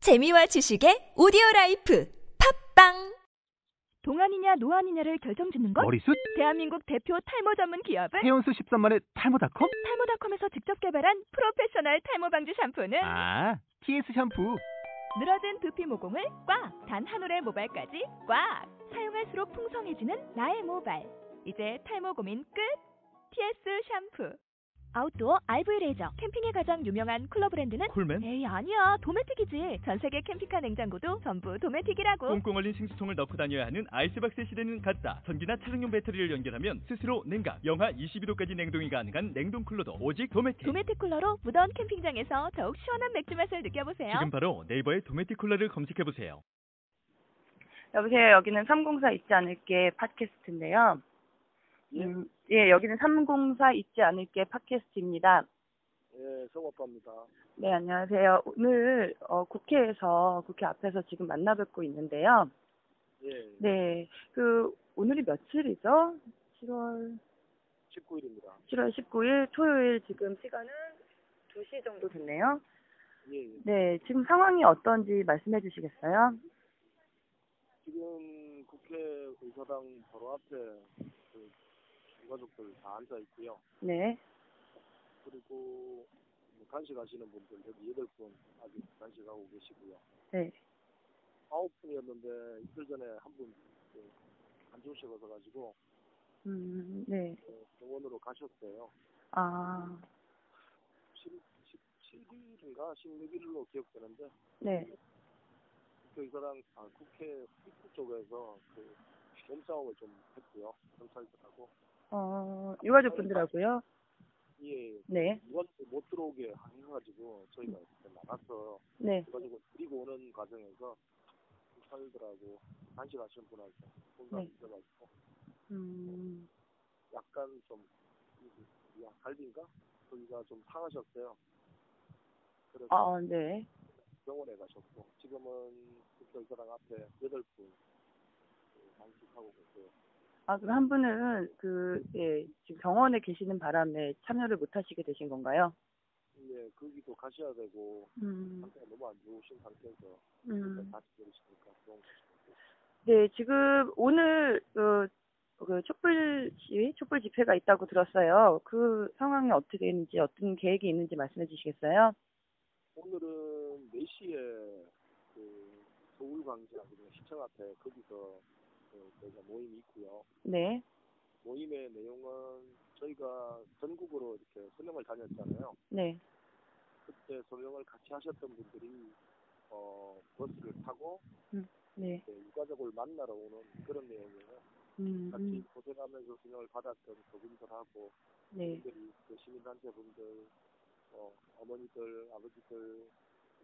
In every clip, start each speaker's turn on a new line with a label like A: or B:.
A: 재미와 지식의 오디오 라이프 팝빵
B: 동안이냐 노안이냐를 결정짓는 것?
C: 머리숱
B: 대한민국 대표 탈모 전문 기업은
C: 헤어수 13만의 탈모닷컴
B: 탈모닷컴에서 직접 개발한 프로페셔널 탈모 방지 샴푸는
C: 아 TS 샴푸
B: 늘어진 두피 모공을 꽉! 단 한 올의 모발까지 꽉! 사용할수록 풍성해지는 나의 모발. 이제 탈모 고민 끝! TS 샴푸. 아웃도어 RV 레이저. 캠핑에 가장 유명한 쿨러 브랜드는?
D: 콜맨?
B: 에이, 아니야. 도메틱이지. 전 세계 캠핑카 냉장고도 전부 도메틱이라고.
D: 꽁꽁 얼린 싱수통을 넣고 다녀야 하는 아이스박스 시대는 갔다. 전기나 차량용 배터리를 연결하면 스스로 냉각, 영하 22도까지 냉동이 가능한 냉동 쿨러도 오직 도메틱.
B: 도메틱 쿨러로 무더운 캠핑장에서 더욱 시원한 맥주 맛을 느껴보세요.
D: 지금 바로 네이버에 도메틱 쿨러를 검색해 보세요.
E: 여보세요. 여기는 304 잊지 않을게 팟캐스트인데요. 음,
F: 네.
E: 예, 여기는 304 잊지 않을게 팟캐스트입니다.
F: 예, 성업합니다.
E: 네, 안녕하세요. 오늘 어, 국회에서 국회 앞에서 지금 만나뵙고 있는데요.
F: 예,
E: 네, 그 오늘이 며칠이죠? 7월
F: 19일입니다.
E: 7월 19일 토요일 지금 시간은 2시 정도 됐네요.
F: 예, 예.
E: 네, 지금 상황이 어떤지 말씀해 주시겠어요?
F: 지금 국회 의사당 바로 앞에 그 가족들 다 앉아 있고요.
E: 네,
F: 그리고 뭐 간식하시는 분들 여기 여덟 분 아직 간식하고 계시고요.
E: 네.
F: 아홉 분이었는데 이틀 전에 한분안 좋으셔서 가지고
E: 음, 네,
F: 어, 병원으로 가셨어요.
E: 아,
F: 7, 17일인가 16일로 기억되는데
E: 네,
F: 국회 의사당 아, 국회 입구 쪽에서 그 몸싸움을 좀 했고요. 경찰들하고
E: 어, 유가족 분들하고요.
F: 예,
E: 네,
F: 이번 주못 들어오게 해가지고 저희가 그때 나가서
E: 네.
F: 그래가지고 데리고 오는 과정에서 경찰들하고 한식하시는 분한테 혼자
E: 네.
F: 있어가지고
E: 음,
F: 약간 좀 야, 갈비인가 거기가 좀 상하셨어요. 그래서
E: 아, 네.
F: 병원에 가셨고 지금은 국회의사당 앞에 여덟 분 단식하고 계세요.
E: 아, 그럼 한 분은 그, 예, 지금 병원에 계시는 바람에 참여를 못 하시게 되신 건가요?
F: 예, 거기도 가셔야 되고
E: 음,
F: 상태가 너무 안 좋으신 상태에서
E: 음.
F: 다시 내리시니까 좀
E: 네, 지금 오늘 그, 그 촛불 시위, 촛불 집회가 있다고 들었어요. 그 상황이 어떻게 되는지, 어떤 계획이 있는지 말씀해 주시겠어요?
F: 오늘은 4시에 그 서울광장이나 시청 앞에 거기서 그 저희가 모임이 있고요.
E: 네,
F: 모임의 내용은 저희가 전국으로 이렇게 소명을 다녔잖아요.
E: 네,
F: 그때 소명을 같이 하셨던 분들이 어 버스를 타고
E: 네.
F: 이제 유가족을 만나러 오는 그런 내용이에요.
E: 음,
F: 같이
E: 음,
F: 고생하면서 소명을 받았던 그분들하고
E: 네.
F: 분들이 그 시민단체 분들, 어, 어머니들, 아버지들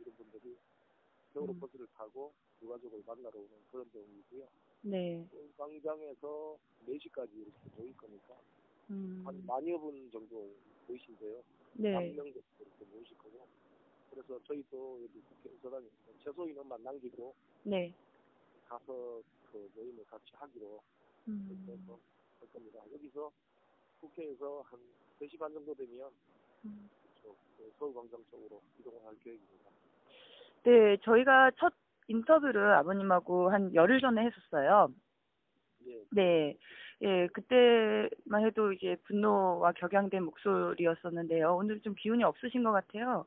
F: 이런 분들이 겨울로
E: 음.
F: 버스를 타고 유가족을 만나러 오는 그런 경우이고요.
E: 네.
F: 그 광장에서 4시까지 이렇게 모일 거니까
E: 음,
F: 한 만여 분 정도 모이신데요.
E: 네.
F: 만명 정도 이렇게 모이실 거고. 그래서 저희도 여기 국회 의사당에 최소 인원만 남기고
E: 네.
F: 가서 그 모임을 같이 하기로 그렇게
E: 음,
F: 해서 할 겁니다. 여기서 국회에서 한 3시 반 정도 되면
E: 음.
F: 저, 그 서울광장 쪽으로 이동을 할 계획입니다.
E: 네, 저희가 첫 인터뷰를 아버님하고 한 열흘 전에 했었어요.
F: 예,
E: 네. 예, 그때만 해도 이제 분노와 격양된 목소리였었는데요. 오늘 좀 기운이 없으신 것 같아요.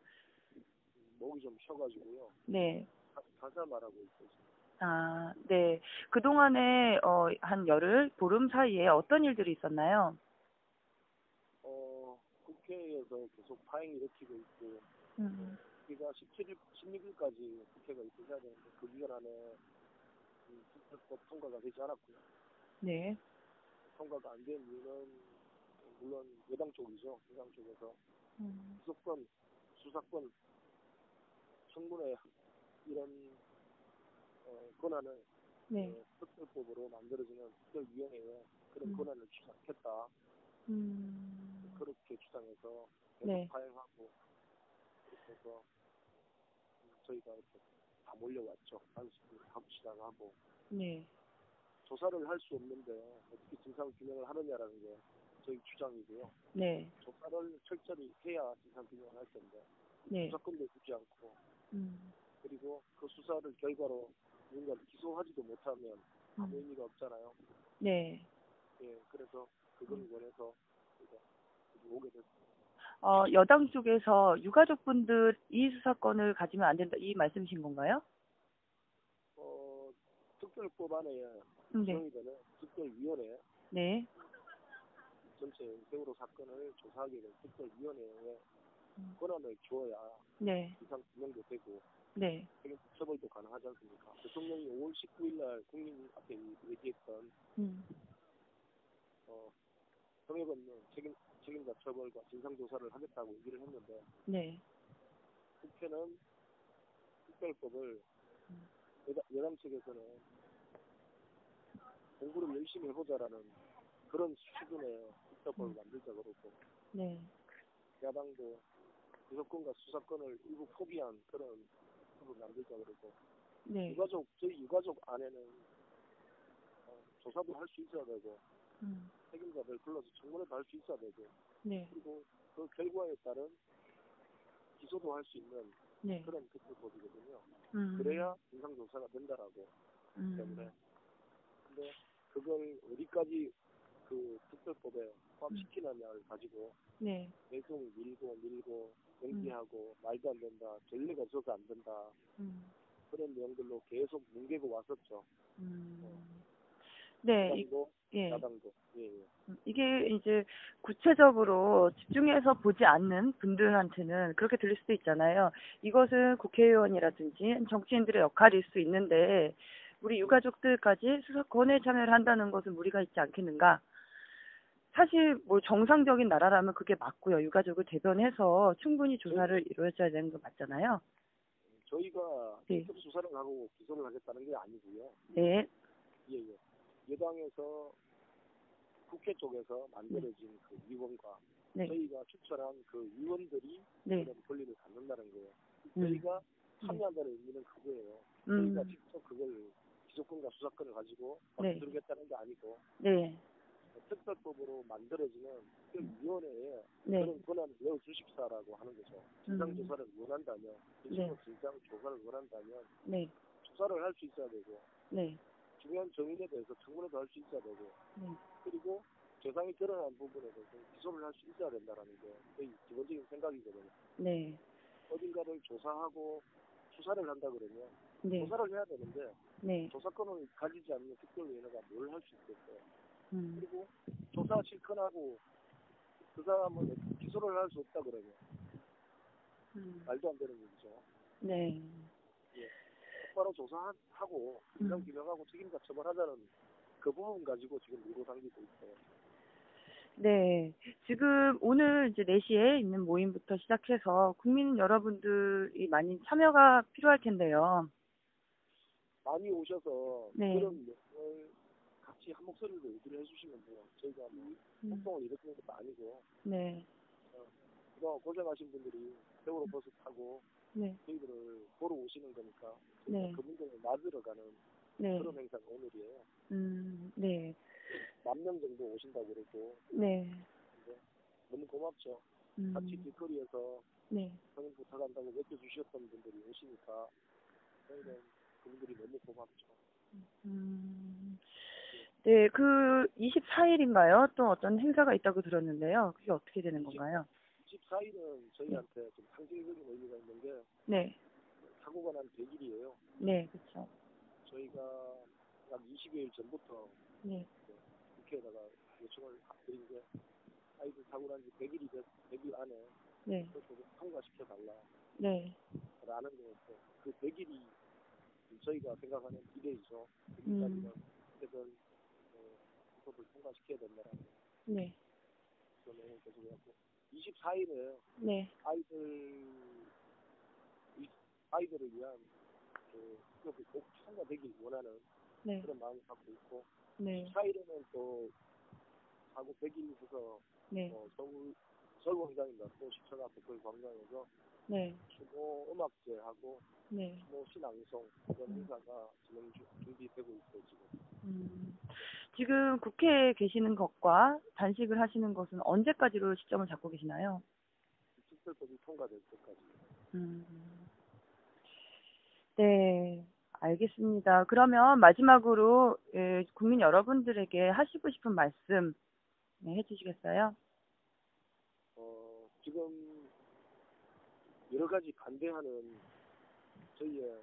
F: 목이 좀 쉬어가지고요.
E: 네.
F: 가- 가사 말하고 있어요.
E: 아, 네. 그동안에 어, 한 열흘, 보름 사이에 어떤 일들이 있었나요?
F: 어, 국회에서 계속 파행 일으키고 있고
E: 음,
F: 우리가 17일, 16일까지 국회가 있어야 되는데 그 기간 안에 이 국회법 통과가 되지 않았고요.
E: 네.
F: 통과가 안 된 이유는 물론 여당 쪽이죠. 여당 쪽에서
E: 음,
F: 수사권, 수사권, 청문회 이런 어, 권한을
E: 네.
F: 어, 특별법으로 만들어지는 특별위원회에 그런
E: 음.
F: 권한을 주장했다.
E: 음,
F: 그렇게 주장해서 계속
E: 네.
F: 파행하고 그렇게 해서 저희가 이렇게 다 몰려왔죠. 단식을 하고 시작하고
E: 네.
F: 조사를 할 수 없는데 어떻게 진상 규명을 하느냐라는 게 저희 주장이고요.
E: 네.
F: 조사를 철저히 해야 진상 규명을 할 텐데
E: 네.
F: 무조건도 주지 않고
E: 음,
F: 그리고 그 수사를 결과로 누군가를 기소하지도 못하면 아무 의미가 없잖아요.
E: 네.
F: 예, 그래서 그걸 원해서 제가 여기 오게 됐습니다.
E: 어, 여당 쪽에서 유가족분들 이 수사권을 가지면 안 된다 이 말씀이신 건가요?
F: 어, 특별법 안에
E: 네.
F: 구성이 되는 특별위원회
E: 네.
F: 전체 세월호 사건을 조사하게 된 특별위원회에 권한을 주어야
E: 네.
F: 이상 규명도 되고
E: 네.
F: 책임 처벌도 가능하지 않습니까? 대통령이 5월 19일 날 국민 앞에 얘기했던
E: 음.
F: 어, 성역은 책임, 책임자 처벌과 진상조사를 하겠다고 얘기를 했는데
E: 네.
F: 국회는 특별법을 여당, 여당 측에서는 공부를 열심히 해보자라는 그런 수준의 특별법을 만들자 그러고
E: 네. 야당도
F: 기소권과 수사권을 일부 포기한 그런 법을 만들자 그러고
E: 네.
F: 유가족 저희 유가족 아내는 어, 조사도 할 수 있어야 되고
E: 음.
F: 책임자들 불러서 청문회도 할 수 있어야 되고
E: 네.
F: 그리고 그 결과에 따른 기소도 할 수 있는
E: 네.
F: 그런 특별법이거든요.
E: 음.
F: 그래야 인상 조사가 된다라고 때문에
E: 음.
F: 근데 그걸 어디까지 그 특별법에 포함시키느냐를 가지고
E: 네.
F: 계속 밀고 밀고 연기하고 말도 안 된다 전례가 있어서 안 된다
E: 음.
F: 그런 내용들로 계속 뭉개고 왔었죠.
E: 음. 네. 이-
F: 야당도
E: 예.
F: 야당도 예, 예.
E: 음, 이게 이제 구체적으로 집중해서 보지 않는 분들한테는 그렇게 들릴 수도 있잖아요. 이것은 국회의원이라든지 정치인들의 역할일 수 있는데 우리 유가족들까지 수사권에 참여를 한다는 것은 무리가 있지 않겠는가? 사실 뭐 정상적인 나라라면 그게 맞고요. 유가족을 대변해서 충분히 조사를 이루어져야 되는 거 맞잖아요.
F: 저희가
E: 예.
F: 직접 수사를 하고 기소를 하겠다는 게 아니고요.
E: 네,
F: 예예. 여당에서 국회 쪽에서 만들어진 그 위원과
E: 네,
F: 저희가 추천한 그 위원들이
E: 네.
F: 그런 권리를 갖는다는 거예요.
E: 음.
F: 저희가 참여한다는 의미는 네. 그거예요.
E: 음,
F: 저희가 직접 그걸 기소권과 수사권을 가지고
E: 네.
F: 만들겠다는 게 아니고
E: 네,
F: 특별법으로 만들어지는 그 위원회에
E: 네, 음.
F: 그런 권한을 내어주십사라고 하는 거죠. 진상조사를 원한다면, 진상 진상조사를 원한다면
E: 네,
F: 조사를 할 수 있어야 되고
E: 네,
F: 중요한 정인에 대해서 청문회도 할 수 있어야 되고
E: 네.
F: 그리고 대상이 드러난 부분에 대해서 기소를 할 수 있어야 된다라는 게 저희 기본적인 생각이거든요.
E: 네,
F: 어딘가를 조사하고 수사를 한다 그러면
E: 네,
F: 조사를 해야 되는데
E: 네,
F: 조사권을 가지지 않는 특별위원회가 뭘 할 수 있겠어요.
E: 음,
F: 그리고 조사 실천하고 그 사람은 기소를 할 수 없다 그러면
E: 음,
F: 말도 안 되는 얘기죠.
E: 네.
F: 똑바로 조사하고 이런
E: 음.
F: 규명하고 책임자 처벌하자는 그 부분 가지고 지금 밀고 당기고 있어요.
E: 네. 지금 오늘 이제 4시에 있는 모임부터 시작해서 국민 여러분들이 많이 참여가 필요할 텐데요.
F: 많이 오셔서
E: 네.
F: 그런 내용을 같이 한 목소리로 얘기를 해주시면 돼요. 저희가 뭐 활동을 일으키는 것도 아니고
E: 음. 네.
F: 그동안 고생하신 분들이 세월호 버스 타고
E: 네.
F: 저희들을 보러 오시는 거니까
E: 네.
F: 그러니까 그분들을 맞으러 가는
E: 네.
F: 그런 행사가 오늘이에요.
E: 음, 네.
F: 만 명 정도 오신다고 그러고
E: 네.
F: 너무 고맙죠.
E: 음,
F: 같이 길거리에서
E: 네.
F: 성인 부탁한다고 외쳐주셨던 분들이 오시니까 저희는 그분들이 너무 고맙죠.
E: 음. 네, 그 24일인가요? 또 어떤 행사가 있다고 들었는데요. 그게 어떻게 되는 건가요?
F: 14일은 저희한테 좀 상징적인 의미가 있는 게
E: 네.
F: 사고가 난 100일이에요.
E: 네, 그렇죠.
F: 저희가 약 20여일 전부터
E: 네.
F: 국회에다가 요청을 드린 게 아이들 사고 난 지 100일이 됐, 100일 안에
E: 네.
F: 그것을 통과시켜 달라라는
E: 네.
F: 거였고 그 100일이 저희가 생각하는 미래이죠.
E: 음.
F: 그러니까 그래서 그것을 통과시켜야 된다라는
E: 네.
F: 그런 내용을 계속 해왔고 24일은
E: 네.
F: 아이들 이- 아이들을 위한 그 그것이 꼭 통과되길 원하는
E: 네.
F: 그런 마음을 갖고 있고
E: 네.
F: 사이로는 또 사고 100일 후서
E: 네.
F: 어, 서울 서울 광장인가 또 시청 앞에 그 광장에서
E: 네.
F: 추모 음악제하고
E: 네.
F: 추모 신앙송 이런 행사가 진행 중 준비되고 있어요 지금.
E: 음, 지금 국회에 계시는 것과 단식을 하시는 것은 언제까지로 시점을 잡고 계시나요?
F: 특별법이 통과될 때까지.
E: 음. 네, 알겠습니다. 그러면 마지막으로 예, 국민 여러분들에게 하시고 싶은 말씀 네, 해주시겠어요?
F: 어, 지금 여러 가지 반대하는 저희의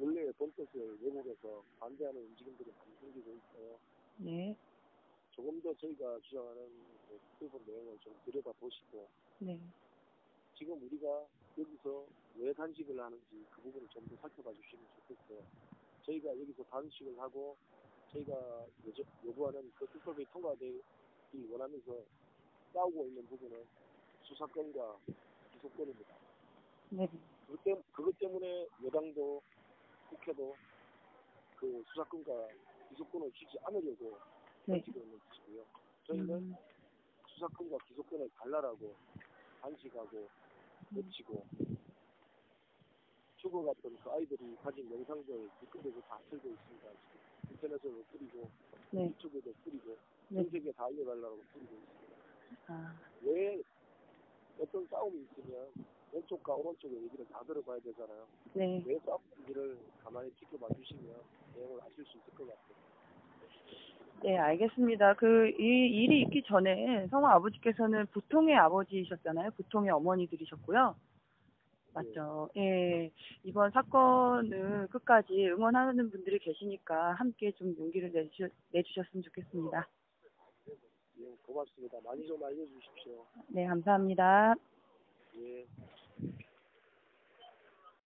F: 원래의 본뜻을 외국에서 반대하는 움직임들이 많이 생기고 있어요.
E: 네,
F: 조금 더 저희가 주장하는 그 부분 내용을 좀 들여다 보시고
E: 네,
F: 지금 우리가 여기서 왜 단식을 하는지 그 부분을 좀 더 살펴봐 주시면 좋겠어요. 저희가 여기서 단식을 하고 저희가 요저- 요구하는 그 특법이 통과되기 원하면서 싸우고 있는 부분은 수사권과 기소권입니다.
E: 네,
F: 그것, 때문에, 그것 때문에 여당도 국회도 그 수사권과 기소권을 주지 않으려고
E: 네.
F: 지금 있는 것이고요. 저희는
E: 음,
F: 수사권과 기소권을 발랄하고 단식하고 외치고 죽어갔던 그 아이들이 가진 영상들 댓글들도 다 틀고 있습니다. 지금 인터넷으로 뿌리고
E: 네.
F: 유튜브에도 뿌리고
E: 네.
F: 전 세계 다 알려달라고 뿌리고 있습니다.
E: 아,
F: 왜 어떤 싸움이 있으면 왼쪽과 오른쪽의 얘기를 다 들어봐야 되잖아요.
E: 네,
F: 왜 싸움인지를 가만히 지켜봐 주시면 내용을 아실 수 있을 것 같아요.
E: 네, 알겠습니다. 그, 이 일이 있기 전에 성우 아버지께서는 보통의 아버지이셨잖아요. 보통의 어머니들이셨고요. 맞죠.
F: 네.
E: 예. 이번 사건을 끝까지 응원하는 분들이 계시니까 함께 좀 용기를 내주, 내주셨으면 좋겠습니다.
F: 예, 고맙습니다. 많이 좀 알려주십시오.
E: 네, 감사합니다.
F: 예.